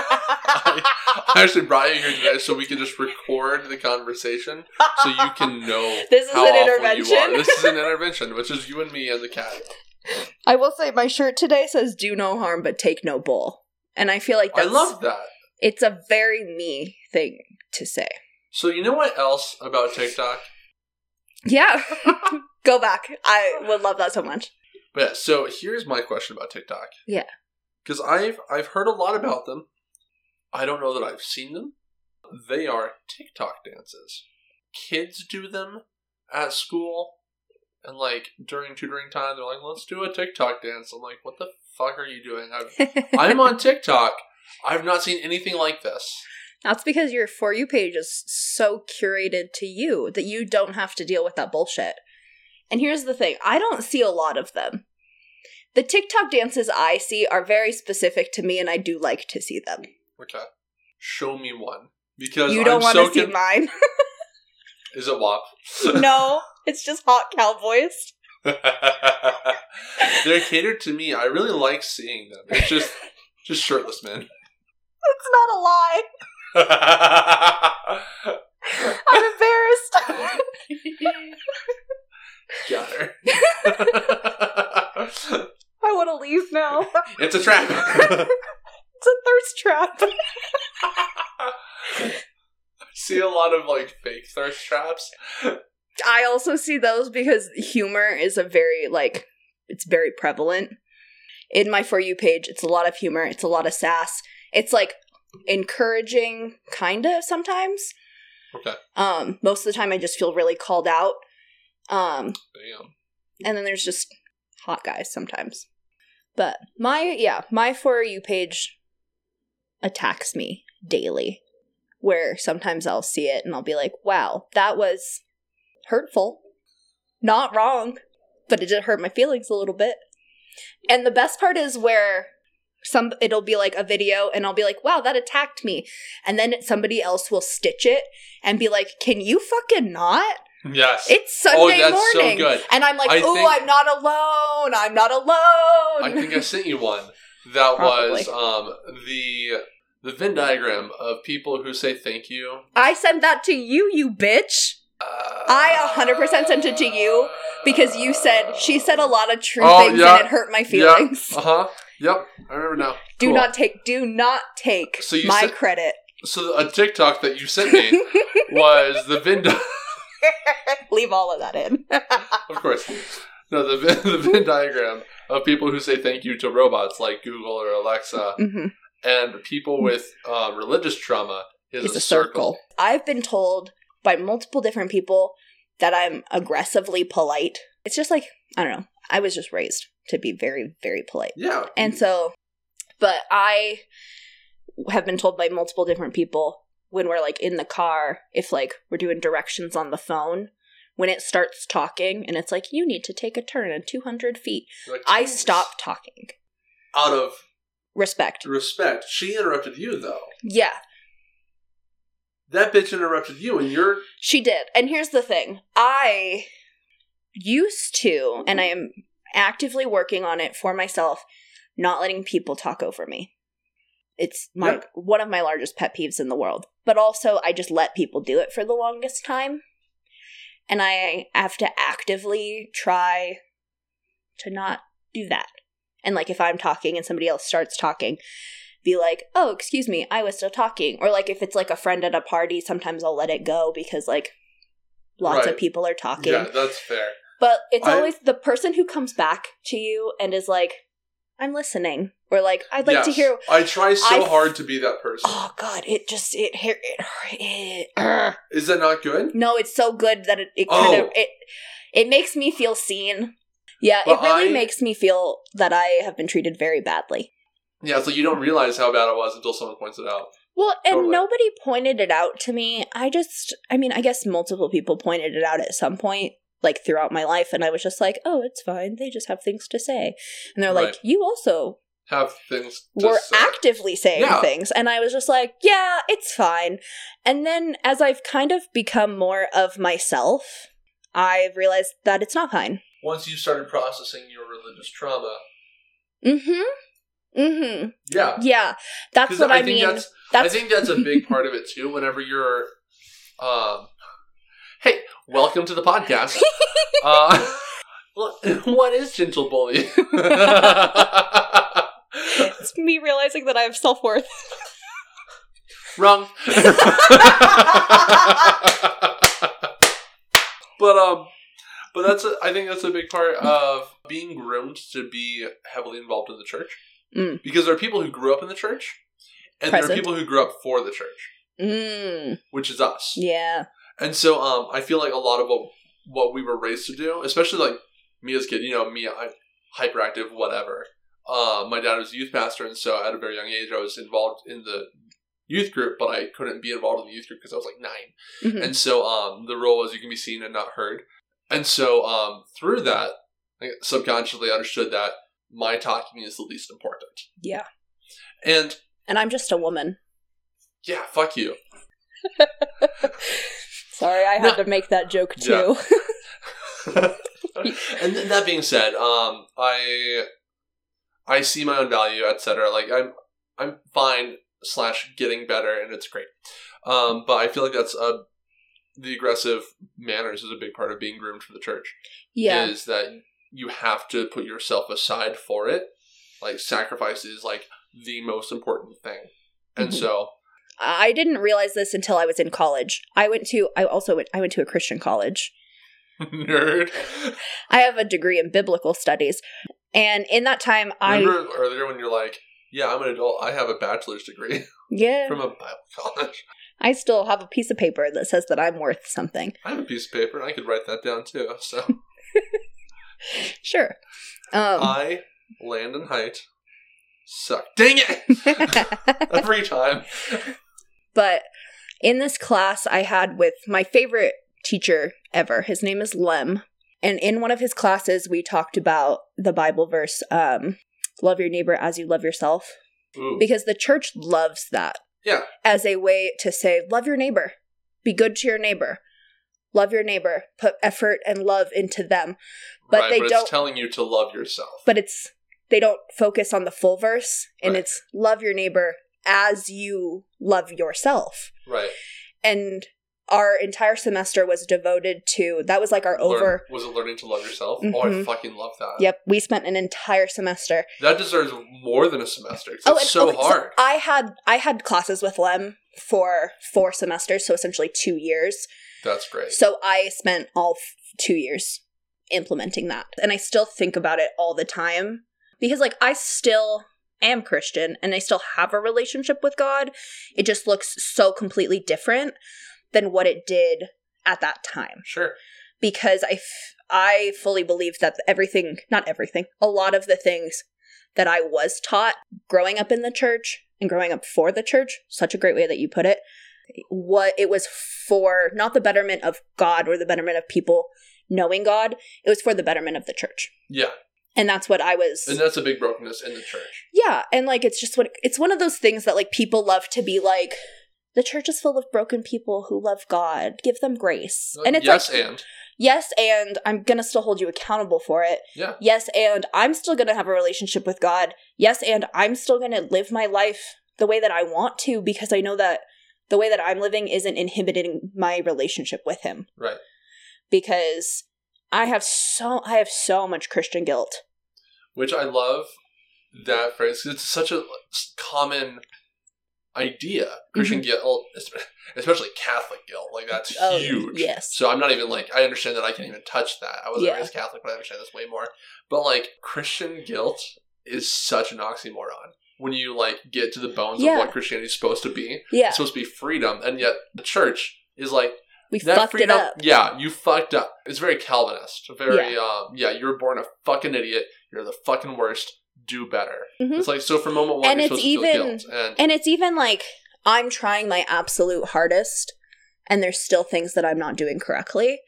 I actually brought you here today so we can just record the conversation so you can know This is an awful intervention. This is an intervention, which is you and me and the cat. I will say my shirt today says "Do no harm, but take no bull," and I feel like I that's love that. it's a very me thing to say. So you know what else about TikTok? Yeah, go back. I would love that so much. But yeah, so here's my question about TikTok. Yeah. Because I've I've heard a lot about them. I don't know that I've seen them. They are TikTok dances. Kids do them at school and like during tutoring time they're like, let's do a TikTok dance. I'm like, what the fuck are you doing? I've I'm on TikTok. I've not seen anything like this. That's because your For You page is so curated to you that you don't have to deal with that bullshit. And here's the thing I don't see a lot of them. The TikTok dances I see are very specific to me, and I do like to see them. Okay. Show me one. Because You don't I'm want to so see con- mine. Is it WAP? no, it's just hot cowboys. They're catered to me. I really like seeing them. It's just just shirtless men. It's not a lie. Got I'm embarrassed. her. I want to leave now. it's a trap. It's a thirst trap. see a lot of like fake thirst traps. I also see those because humor is a very like it's very prevalent. In my for you page, it's a lot of humor, it's a lot of sass. It's like encouraging kind of sometimes. Okay. Um most of the time I just feel really called out. Um Damn. and then there's just hot guys sometimes. But my yeah, my for you page attacks me daily. Where sometimes I'll see it and I'll be like, "Wow, that was hurtful. Not wrong, but it did hurt my feelings a little bit." And the best part is where some it'll be like a video and I'll be like, "Wow, that attacked me." And then somebody else will stitch it and be like, "Can you fucking not?" Yes. It's Sunday oh, that's morning. so good. And I'm like, I oh, think- I'm not alone. I'm not I alone. think I sent you one that Probably. was um the the Venn diagram of people who say thank you. Uh, I sent that to you, you bitch. I 100% sent it to you Because you said, she said a lot of true Oh, things yeah. and it hurt my Yeah. feelings. Uh huh. Yep. I remember now. Do Cool. not take, do not take So you my said- credit. So a TikTok that you sent me was the Venn. di- Leave all of that in. Of course. No, the Venn, the Venn diagram of people who say thank you to robots like Google or Alexa, Mhm. and people with uh, religious trauma is It's a, circle. I've been told by multiple different people that I'm aggressively polite. It's just like, I don't know. I was just raised to be very, very polite. Yeah. And so, but I have been told by multiple different people when we're like in the car, if like we're doing directions on the phone, when it starts talking and it's like, you need to take a turn in 200 feet, Like, I geez. stop talking. out of Respect. respect. She interrupted you though. Yeah, That bitch interrupted you, and you're she did. And here's the thing I used to, Mm-hmm. and I am actively working on it for myself, not letting people talk over me. It's my Yep. one of my largest pet peeves in the world. But also I just let people do it for the longest time. And I have to actively try to not do that. And like if I'm talking and somebody else starts talking, be like, "Oh, excuse me, I was still talking." Or like if it's like a friend at a party, sometimes I'll let it go because like lots Right. of people are talking. yeah, that's fair. But it's I- always the person who comes back to you and is like, "I'm listening," or like, "I'd like to Yes. hear." I try so I f- hard to be that person. Oh God! It just it it, it, it ugh. Is that not good? no, it's so good that it it kind of Oh. it it makes me feel seen. Yeah, Well, it really I- makes me feel that I have been treated very badly. Yeah, it's like you don't realize how bad it was until someone points it out. Well, and Totally. nobody pointed it out to me. I just, I mean, I guess multiple people pointed it out at some point, like throughout my life, and I was just like, oh, it's fine. They just have things to say. And they're like, Right. you also Have things to were say. actively saying Yeah. things. And I was just like, yeah, it's fine. And then as I've kind of become more of myself, I've realized that it's not fine. Once you started processing your religious trauma, Mm hmm. Mm hmm. yeah, Yeah. That's 'Cause what I, think mean. That's, Mm-hmm. I that's think that's a big part of it too. Whenever you're, um, hey, welcome to the podcast. uh, what is gentle bully? it's me realizing that I have self worth. Wrong. but um, but that's a, I think that's a big part of being groomed to be heavily involved in the church Mm. because there are people who grew up in the church, and there Present. are people who grew up for the church, Mm, which is us. yeah. And so um, I feel like a lot of what what we were raised to do, especially like me as a kid, you know, me I'm hyperactive, whatever. Uh, my dad was a youth pastor, and so at a very young age, I was involved in the youth group, but I couldn't be involved in the youth group because I was like 9 Mhm. And so um, the rule was you can be seen and not heard. And so um, through that, I subconsciously understood that my talking is the least important. Yeah. And And I'm just a woman. yeah, fuck you. Sorry, I had No. to make that joke Yeah. too. and th- that being said, um, I I see my own value, etc. Like I'm I'm fine slash getting better, and it's great. Um, but I feel like that's a the aggressive manners is a big part of being groomed for the church. Yeah. Is that you have to put yourself aside for it. Like sacrifice is like the most important thing, and Mhm. so I didn't realize this until I was in college. I went to I also went I went to a Christian college. Nerd. I have a degree in biblical studies. And in that time I Remember earlier when you're like, yeah, I'm an adult. I have a bachelor's degree yeah, from a Bible college. I still have a piece of paper that says that I'm worth something. I have a piece of paper and I could write that down too. So Sure. Um I, Landon Height, suck. Dang it! Every time. but in this class I had with my favorite teacher ever. His name is Lem. And in one of his classes we talked about the Bible verse um love your neighbor as you love yourself Ooh. because the church loves that Yeah. as a way to say love your neighbor be good to your neighbor love your neighbor put effort and love into them but right, they but don't- it's telling you to love yourself. but it's they don't focus on the full verse and Right. it's love your neighbor as you love yourself right. and our entire semester was devoted to that was like our Learn- over was it learning to love yourself? Oh, I Mhm. fucking love that. yep we spent an entire semester That deserves more than a semester. 'cause it's so Oh, and- okay, hard. I had I had classes with Lem for four semesters, so essentially two years. That's great. So I spent all f- two years implementing that. And I still think about it all the time because, like, I still am Christian and I still have a relationship with God. It just looks so completely different than what it did at that time Sure. because I, f- I fully believe that everything, not everything, a lot of the things that I was taught growing up in the church and growing up for the church, such a great way that you put it, what it was for not the betterment of God or the betterment of people knowing God, it was for the betterment of the church. Yeah. And that's what I was And that's a big brokenness in the church. yeah, and like it's just what it's one of those things that like people love to be like the church is full of broken people who love God. Give them grace. And it's Uh, yes, like and yes, and I'm gonna still hold you accountable for it. Yeah. Yes, and I'm still gonna have a relationship with God. Yes, and I'm still gonna live my life the way that I want to because I know that the way that I'm living isn't inhibiting my relationship with Him right. because I have so I have so much Christian guilt. Which I love that phrase. 'cause It's such a common idea. Mm-hmm. Christian guilt, especially Catholic guilt, like that's Oh, huge. yes. So I'm not even like I understand that I can't even touch that. I wasn't Yeah. raised Catholic, but I understand this way more. But like Christian guilt is such an oxymoron when you like get to the bones Yeah. of what Christianity's supposed to be. Yeah, It's supposed to be freedom, and yet the church is like we fucked it up. Yeah, you fucked up. It's very Calvinist. Very Yeah. yeah. um yeah, you were born a fucking idiot. You're the fucking worst. Do better. Mhm. It's like so from moment one And you're it's supposed even- to feel guilt. And, And it's even like I'm trying my absolute hardest and there's still things that I'm not doing correctly.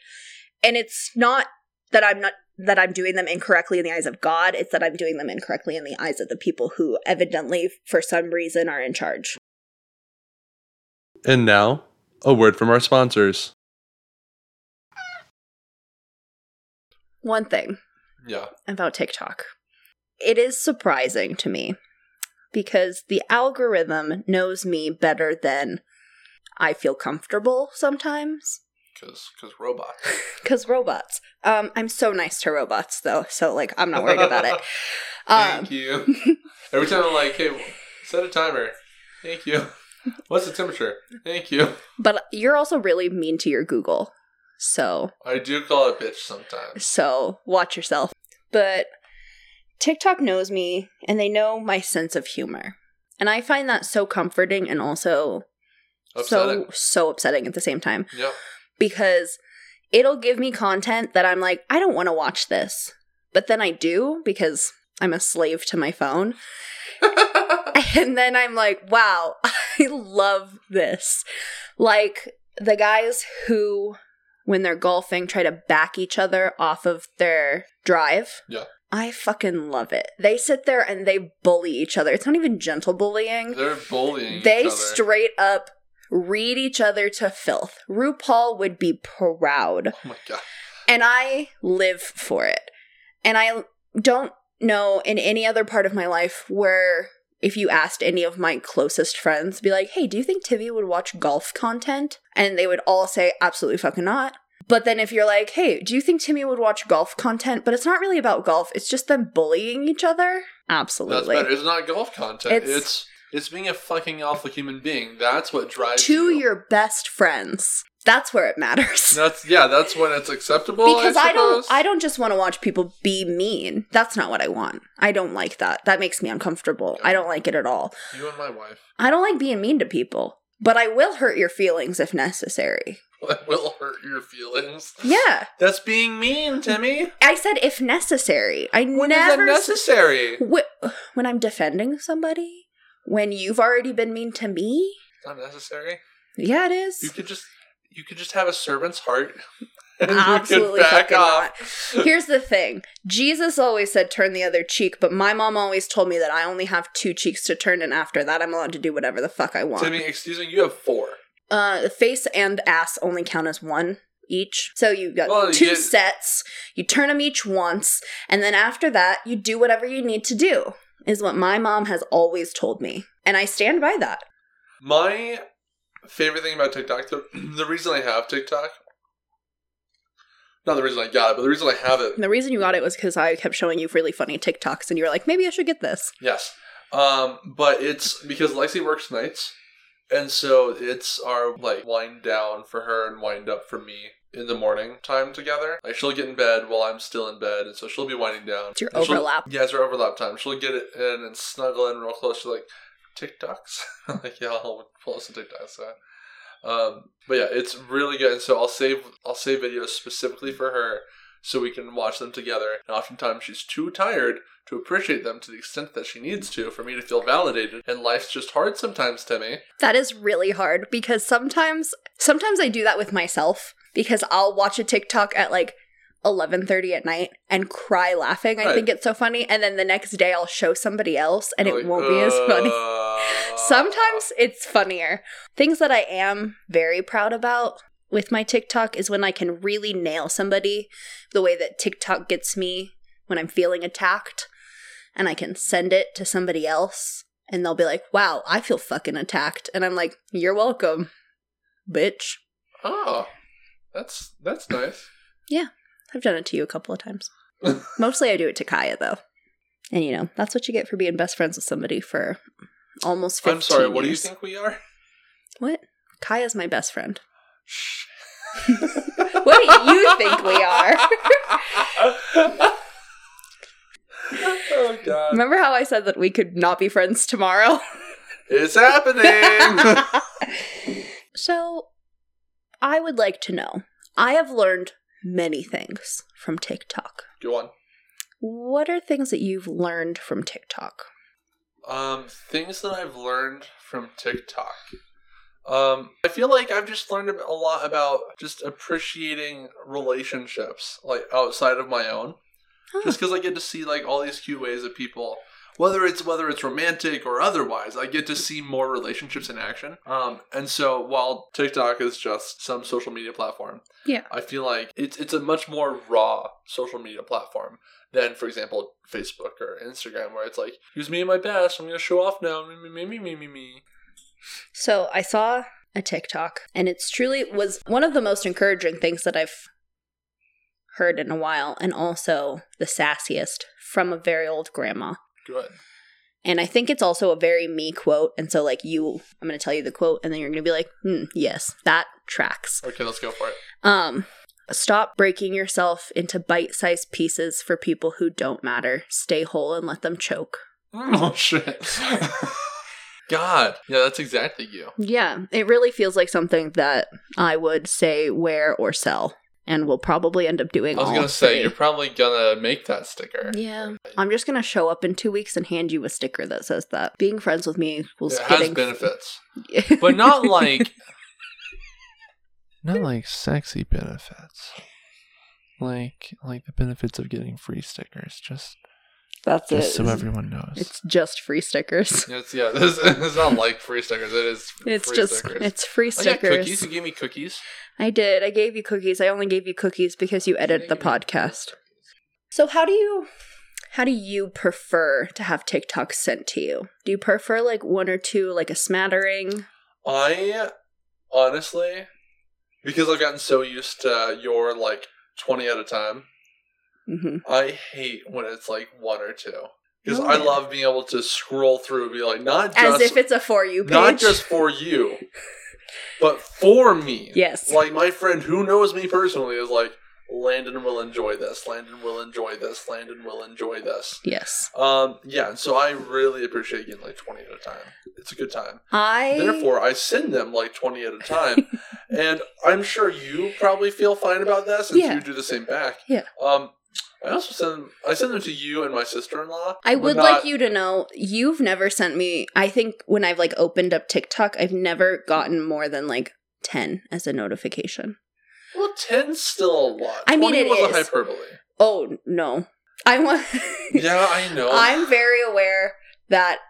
And it's not that I'm not that I'm doing them incorrectly in the eyes of God, it's that I'm doing them incorrectly in the eyes of the people who evidently for some reason are in charge. and now, a word from our sponsors. One thing Yeah. about TikTok. It is surprising to me because the algorithm knows me better than I feel comfortable sometimes. Cause, cause robots. because robots. Um, I'm so nice to robots though, so like I'm not worried about it. Um, Thank you. Every time I'm like, hey, set a timer. Thank you. What's the temperature? Thank you. but you're also really mean to your Google, so I do call it bitch sometimes. so watch yourself. But TikTok knows me, and they know my sense of humor, and I find that so comforting and also Upsetting. so so upsetting at the same time yeah. because it'll give me content that I'm like I don't want to watch this, but then I do because I'm a slave to my phone. And then I'm like, wow, I love this. Like the guys who, when they're golfing, try to back each other off of their drive. Yeah. I fucking love it. They sit there and they bully each other. It's not even gentle bullying. They're bullying. They each other. straight up read each other to filth. RuPaul would be proud Oh my god. and I live for it. And I don't know in any other part of my life where if you asked any of my closest friends, be like, hey, do you think Tivy would watch golf content? And they would all say, absolutely fucking not. But then if you're like, hey, do you think Timmy would watch golf content? But it's not really about golf, it's just them bullying each other. That's Absolutely. better. It's not golf content. It's- It's, It's being a fucking alpha human being. That's what drives to you. your best friends. That's where it matters. That's yeah. That's when it's acceptable. because I, suppose. don't I don't just want to watch people be mean. That's not what I want. I don't like that. That makes me uncomfortable. I don't like it at all. You and my wife. I don't like being mean to people, but I will hurt your feelings if necessary. That will hurt your feelings. Yeah. That's being mean, Timmy. I said if necessary. I When is never that s- necessary? Wh- when I'm defending somebody, when you've already been mean to me? It's not necessary. Yeah, it You is. could just you could just have a servant's heart. And Absolutely fucking not. Here's the thing. Jesus always said turn the other cheek, but my mom always told me that I only have two cheeks to turn and after that I'm allowed to do whatever the fuck I want. Timmy, excuse me, you have four. Uh, the face and ass only count as one each. So you got Well, you two get- sets. You turn them each once, and then after that, you do whatever you need to do. Is what my mom has always told me, and I stand by that. My favorite thing about TikTok, the, the reason I have TikTok, not the reason I got it, but the reason I have it And the reason you got it was because I kept showing you really funny TikToks, and you were like, maybe I should get this. Yes. Um, but it's because Lexi works nights, and so it's our like wind down for her and wind up for me in the morning time together. Like she'll get in bed while I'm still in bed, and so she'll be winding down. It's your And she'll- overlap. Yeah, it's our overlap time. She'll get it in and snuggle in real close. She's like, TikToks? I'm like, yeah, I'll pull up some TikToks. out. Um, but yeah, it's really good. And so I'll save I'll save videos specifically for her so we can watch them together. And oftentimes she's too tired to appreciate them to the extent that she needs to for me to feel validated. And life's just hard sometimes, Timmy. That is really hard because sometimes sometimes I do that with myself because I'll watch a TikTok at like 11:30 at night and cry laughing. I Right. think it's so funny and then the next day I'll show somebody else and You're it like, won't be as funny. "Uh." Sometimes it's funnier. Things that I am very proud about with my TikTok is when I can really nail somebody the way that TikTok gets me when I'm feeling attacked and I can send it to somebody else and they'll be like, wow, I feel fucking attacked. And I'm like, you're welcome, bitch. Oh. That's that's nice. I've done it to you a couple of times. Mostly I do it to Kaya though. And you know, that's what you get for being best friends with somebody for almost 15 I'm sorry, what do you years. think we are? What? Kaya's my best friend. what do you think we are? oh god. Remember how I said that we could not be friends tomorrow? It's happening. so, I would like to know. I have learned many things from TikTok. Go on. What are things that you've learned from TikTok? Um things that I've learned from TikTok. Um I feel like I've just learned a lot about just appreciating relationships like outside of my own. Oh, just because I get to see like all these cute ways that people, whether it's whether it's romantic or otherwise, I get to see more relationships in action. Um, and so while TikTok is just some social media platform, Yeah. I feel like it's it's a much more raw social media platform than, for example, Facebook or Instagram, where it's like, here's me at my best, I'm gonna show off now, me me me me me me me. So I saw a TikTok, and it's truly was one of the most encouraging things that I've heard in a while, and also the sassiest from a very old grandma. Good. And I think it's also a very me quote. And so, like, you, I'm going to tell you the quote, and then you're going to be like, hmm, yes, that tracks. Okay, let's go for it. Um, stop breaking yourself into bite sized pieces for people who don't matter. Stay whole and let them choke. Oh shit. God. Yeah, that's exactly you. Yeah, it really feels like something that I would say, wear, or sell, and will probably end up doing. I was all gonna say three. you're probably gonna make that sticker. Yeah. I'm just gonna show up in two weeks and hand you a sticker that says that being friends with me equals it has getting benefits, but not like not like sexy benefits. Like like the benefits of getting free stickers, just, that's it. just so everyone knows. it's just free stickers. It's- yeah, this, it's not like free stickers. It is. It's free just stickers. it's free I got stickers. Oh, cookies. You gave me cookies. I did. I gave you cookies. I only gave you cookies because you edit the podcast. So how do you how do you prefer to have TikToks sent to you? Do you prefer like one or two, like a smattering? I honestly, because I've gotten so used to your like twenty at a time, Mm-hmm. I hate when it's like one or two. Because Oh, I yeah. love being able to scroll through and be like, not As just if it's a for you page. not just for you, but for me. Yes. Like my friend who knows me personally is like, Landon will enjoy this. Landon will enjoy this. Landon will enjoy this. Yes. Um, yeah, so I really appreciate getting like twenty at a time. It's a good time. I Therefore, I send them like twenty at a time, and I'm sure you probably feel fine about that since Yeah. you do the same back. Yeah. Um, I also send I send them to you and my sister in law. I would like you to know you've never sent me I think when I've like opened up TikTok, I've never gotten more than like 10 as a notification. Well, 10's still a lot. I mean, 20 it was is. a hyperbole. Oh no. I want Yeah, I know. I'm very aware that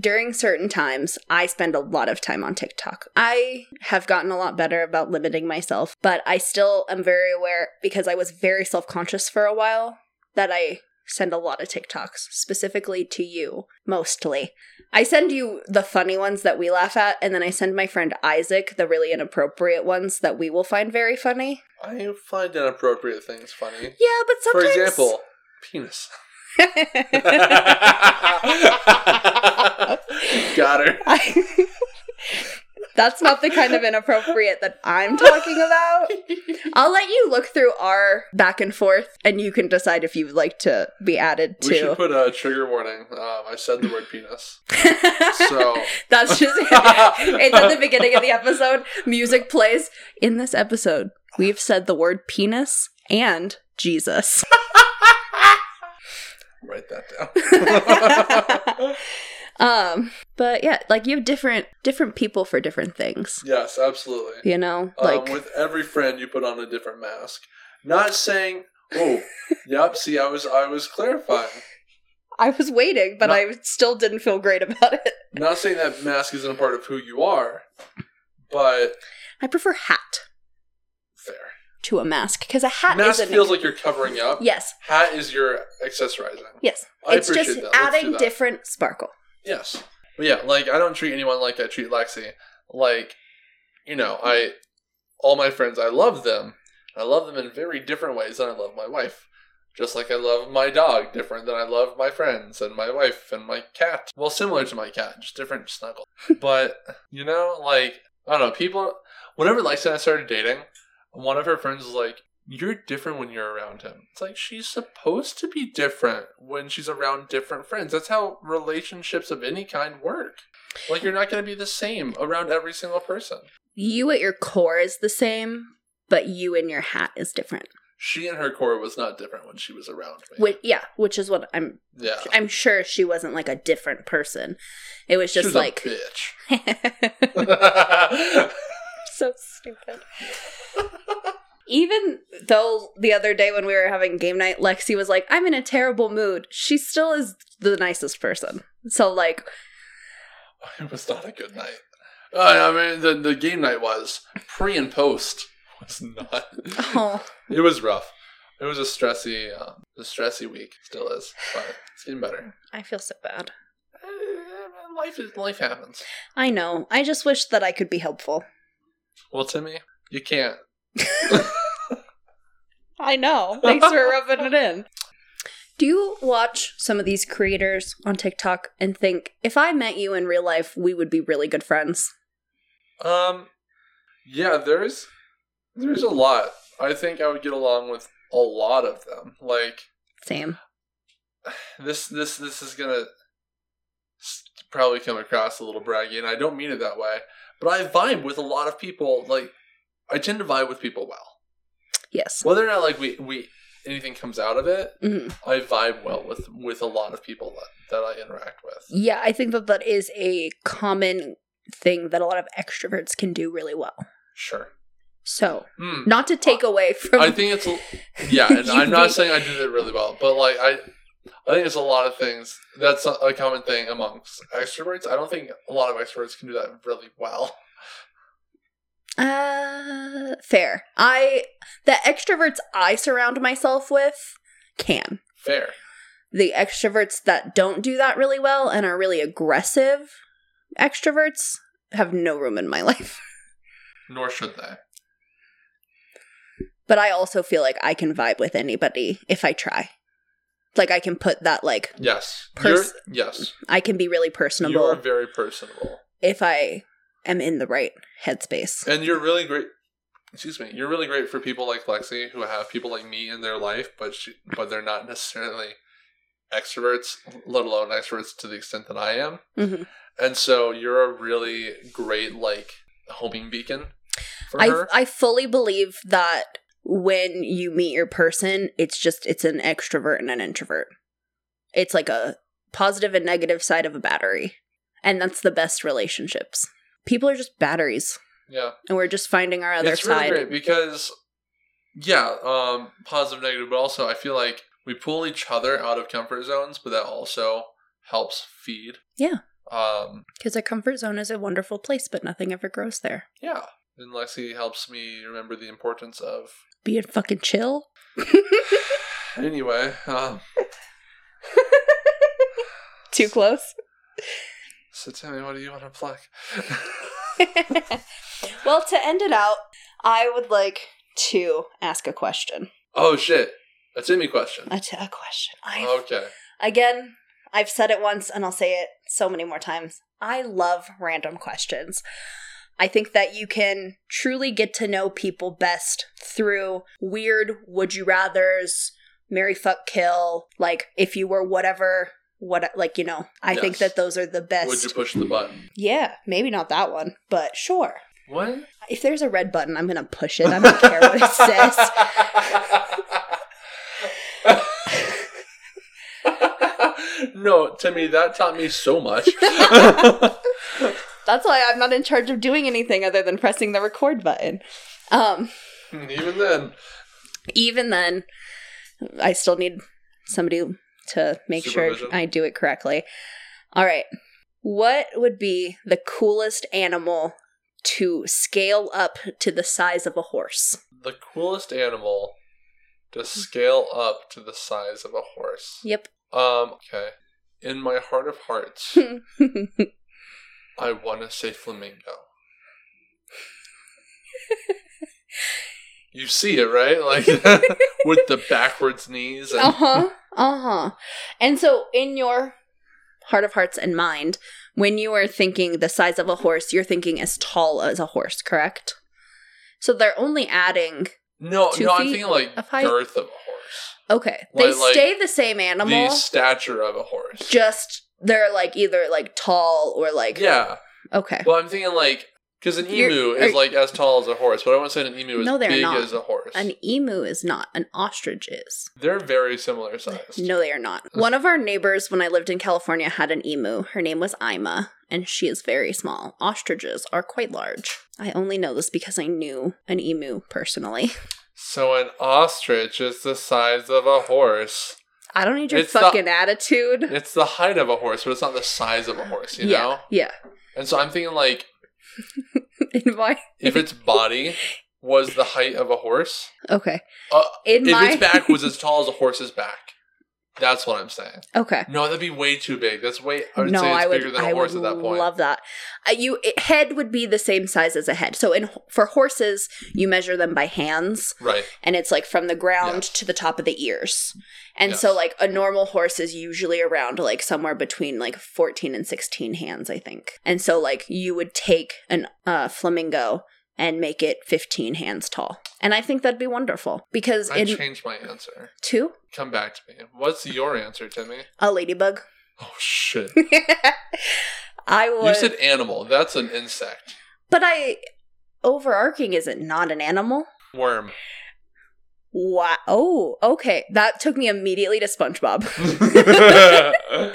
during certain times, I spend a lot of time on TikTok. I have gotten a lot better about limiting myself, but I still am very aware because I was very self conscious for a while that I send a lot of TikToks, specifically to you, mostly. I send you the funny ones that we laugh at, and then I send my friend Isaac the really inappropriate ones that we will find very funny. I find inappropriate things funny. Yeah, but sometimes. For example, penis. Got her. I- That's not the kind of inappropriate that I'm talking about. I'll let you look through our back and forth and you can decide if you'd like to be added We should to. put a trigger warning. Um, I said the word penis, so That's just it's at the beginning of the episode. Music plays. In this episode, we've said the word penis and Jesus. write that down. Um but yeah, like you have different different people for different things. yes, absolutely. You know? Like um, with every friend, you put on a different mask. Not saying, oh, yep. See, I was, I was clarifying. I was waiting, but No. I still didn't feel great about it. Not saying that mask isn't a part of who you are, but I prefer hat fair. to a mask because a hat mask is a feels like you're covering up. yes, Hat is your accessorizing. yes. I it's appreciate just that. Let's do adding that. different sparkle. Yes. But yeah, like I don't treat anyone like I treat Lexi. Like, you know, I all my friends, I love them. I love them in very different ways than I love my wife. Just like I love my dog different than I love my friends and my wife and my cat. Well, similar to my cat, just different snuggle. but you know, like I don't know, people whenever Lexi and I started dating, one of her friends was like, You're different when you're around him. It's like she's supposed to be different when she's around different friends. That's how relationships of any kind work. Like you're not gonna be the same around every single person. You at your core is the same, but you in your hat is different. She and her core was not different when she was around me. Which yeah, which is what I'm. yeah. I'm sure she wasn't like a different person. It was She just was like a bitch. so stupid. Even though the other day when we were having game night, Lexi was like, I'm in a terrible mood. She still is the nicest person. So, like, it was not a good night. I I mean, the, the game night was pre and post was not. oh, It was rough. It was a stressy, um, a stressy week. Still is, but it's getting better. I feel so bad. Uh, Life is life happens. I know. I just wish that I could be helpful. Well, Timmy, you can't. I know. Thanks for rubbing it in. Do you watch some of these creators on TikTok and think, if I met you in real life, we would be really good friends? Um, yeah, there's there's a lot. I think I would get along with a lot of them. Like Same. this, this, this is gonna s- probably come across a little braggy, and I don't mean it that way. But I vibe with a lot of people. Like I tend to vibe with people well. Yes. Whether or not like we we anything comes out of it, hmm I vibe well with with a lot of people that, that I interact with. Yeah, I think that that is a common thing that a lot of extroverts can do really well. Sure. So, Hmm. not to take away from I think it's a- yeah, and You I'm not beat- saying I do that really well, but like I, I think it's a lot of things. That's a a common thing amongst extroverts. I don't think a lot of extroverts can do that really well. uh fair. I the extroverts I surround myself with can. Fair. The extroverts that don't do that really well and are really aggressive extroverts have no room in my life. Nor should they. But I also feel like I can vibe with anybody if I try. Like I can put that like Yes. Pers- You're, yes. I can be really You personable are very personable. if I am in the right headspace. And you're really great. Excuse me. You're really great for people like Lexi who have people like me in their life, but she, but they're not necessarily extroverts, let alone extroverts to the extent that I am. hmm And so you're a really great like homing beacon for I her. I fully believe that when you meet your person, it's just it's an extrovert and an introvert. It's like a positive and negative side of a battery. And that's the best relationships. People are just batteries yeah. and we're just finding our other it's side. really great because yeah, um positive negative, but also I feel like we pull each other out of comfort zones, but that also helps feed. Yeah. Um Because our comfort zone is a wonderful place, but nothing ever grows there. Yeah. And Lexi helps me remember the importance of. Being fucking chill. Anyway, um, Too close. so tell me, what do you want to plug? well, to end it out, I would like to ask a question. oh, shit. A Timmy question. A, t- a question. I Okay. again, I've said it once and I'll say it so many more times. I love random questions. I think that you can truly get to know people best through weird would you rathers, marry fuck kill, like if you were whatever, what like you know. I think Yes. that those are the best. Would you push the button? yeah, maybe not that one, but sure. What? If there's a red button, I'm gonna push it. I don't care what it says. no, Timmy, that taught me so much. That's why I'm not in charge of doing anything other than pressing the record button. Um Even then, even then, I still need somebody to make sure Supervision. I do it correctly. All right. What would be the coolest animal to scale up to the size of a horse? the coolest animal to scale up to the size of a horse. Yep. Um, okay. In my heart of hearts, I want to say flamingo. you see it, right? Like with the backwards knees and Uh huh. Uh huh. And so, in your heart of hearts and mind, when you are thinking the size of a horse, you're thinking as tall as a horse, correct? So they're only adding. no, Two no, I'm feet thinking like of height? girth of a horse, Okay, they Like- like stay the same animal. the stature of a horse. just they're like either like tall or like yeah. okay Well, I'm thinking like because an You're- emu is are- like as tall as a horse, but I want to say an emu is No, they're big not. as a horse. an emu is not an ostrich is They're very similar sized. no they are not one of our neighbors when i lived in california had an emu her name was ima and she is very small ostriches are quite large i only know this because i knew an emu personally So an ostrich is the size of a horse. i don't need your It's the- fucking attitude It's the height of a horse, but it's not the size of a horse, you yeah know? yeah And so I'm thinking like in my if its body was the height of a horse, okay Uh, in if my its back was as tall as a horse's back. That's what I'm saying. okay No, that'd be way too big. That's way I would no, say it's I would. bigger than a I horse would at that point. love that. Uh, you it, head would be the same size as a head. So in for horses, you measure them by hands, right. and it's like from the ground Yes. to the top of the ears. And so, Yes. like a normal horse is usually around like somewhere between like fourteen and sixteen hands, I think. And so, like you would take an uh, flamingo and make it fifteen hands tall, and I think that'd be wonderful because I in changed my answer. two, Come back to me. What's your answer, Timmy? a ladybug. Oh shit. I would. You said animal. That's an insect. But I overarching is it not an animal? Worm. Wow. Oh, okay. That took me immediately to SpongeBob.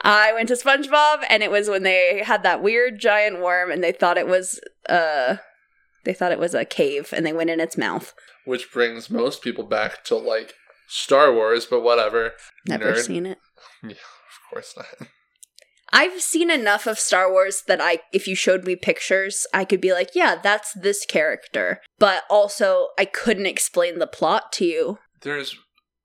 I went to SpongeBob and it was when they had that weird giant worm and they thought it was uh they thought it was a cave and they went in its mouth. Which brings most people back to like Star Wars, but whatever. Never Nerd. seen it. Of course not. I've seen enough of Star Wars that I if you showed me pictures, I could be like, yeah, that's this character. But also I couldn't explain the plot to you. There's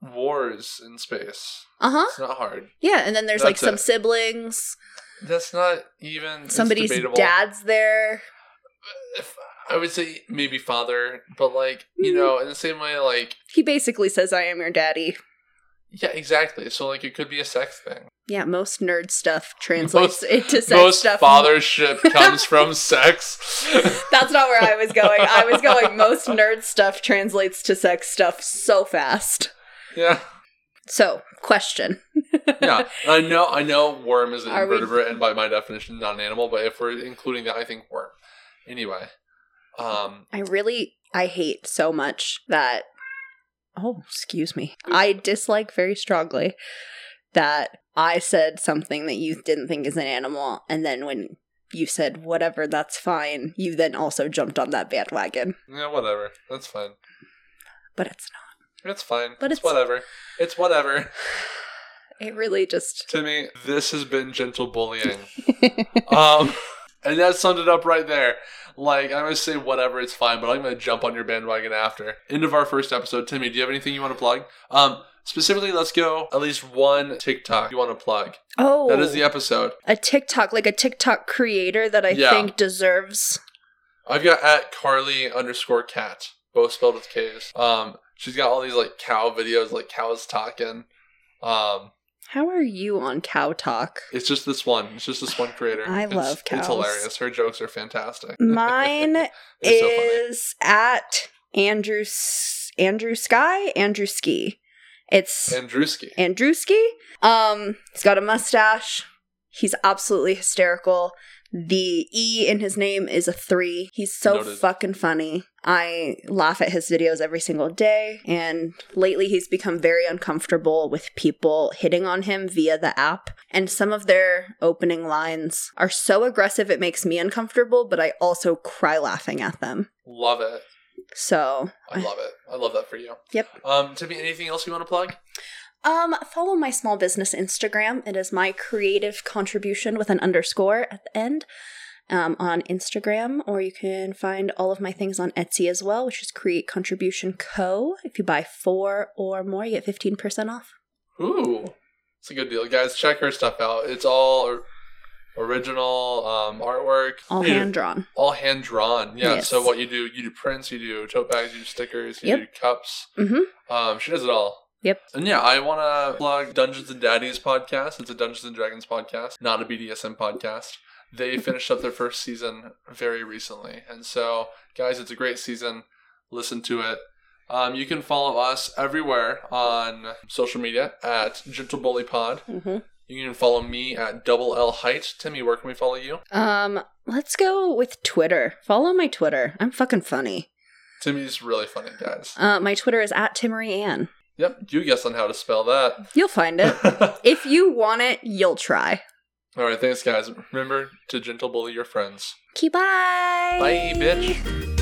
wars in space. Uh-huh. It's not hard. Yeah, and then there's like That's some it. siblings. That's not even it's somebody's debatable. dad's there. If- I would say maybe father, but like you Mm. know, in the same way, like He basically says, "I am your daddy." Yeah, exactly. So like it could be a sex thing. Yeah, most nerd stuff translates into sex Most stuff. fathership comes from sex. That's not where I was going. I was going most nerd stuff translates to sex stuff so fast. yeah. So, question. Yeah. I know I know worm is an Are we- invertebrate and by my definition not an animal, but if we're including that I think worm. Anyway. Um I really I hate so much that Oh, excuse me. I dislike very strongly that I said something that you didn't think is an animal and then when you said whatever that's fine, you then also jumped on that bandwagon. yeah, whatever. That's fine. But it's It's fine. But it's it's- whatever. It's whatever. not. It really just to me, this has been gentle bullying. um, and that summed it up right there. Like, I'm going to say whatever, it's fine, but I'm going to jump on your bandwagon after. End of our first episode. Timmy, do you have anything you want to plug? Um, specifically, let's go at least one TikTok you want to plug. Oh. That is the episode. a TikTok, like a TikTok creator that I Yeah. think deserves. I've got at Carly underscore cat, both spelled with K's. Um, she's got all these, like, cow videos, like cows talking. Um, How are you on Cow Talk? it's just this one. It's just this one creator. I It's- love It's cows. hilarious. Her jokes are fantastic. Mine They're so funny. is at Andrew S- Andrew Sky Andrew Ski. It's Andrewski. Andrewski. Um, he's got a mustache. He's absolutely hysterical. The E in his name is a three. He's so Noted. fucking funny. I laugh at his videos every single day. And lately, he's become very uncomfortable with people hitting on him via the app. And some of their opening lines are so aggressive, it makes me uncomfortable, but I also cry laughing at them. Love it. So, I love it. I love that for you. Yep. Um, Timmy, anything else you want to plug? Um, follow my small business Instagram. It is my creative contribution with an underscore at the end um, on Instagram, or you can find all of my things on Etsy as well, which is Create Contribution Co. If you buy four or more, you get fifteen percent off. Ooh, it's a good deal, guys. Check her stuff out. It's all or- original um, artwork, All You do- hand drawn. all hand drawn. Yeah. Yes. So what you do, you do prints, you do tote bags, you do stickers, you Yep. do cups. Mm-hmm. Um, she does it all. Yep. And yeah, I want to plug Dungeons and Daddies podcast. It's a Dungeons and Dragons podcast, not a BDSM podcast. Mm-hmm. They finished up their first season very recently. And so, guys, it's a great season. Listen to it. Um, you can follow us everywhere on social media at Gentle Bully Pod. Mm-hmm. You can follow me at Double L Height. Timmy, where can we follow you? Um, let's go with Twitter. Follow my Twitter. I'm fucking funny. Timmy's really funny, guys. Uh, my Twitter is at Timory Ann. Yep, you guess on how to spell that. You'll find it. if you want it, you'll try. All right, thanks, guys. Remember to gentle bully your friends. Okay, bye. Bye, bitch.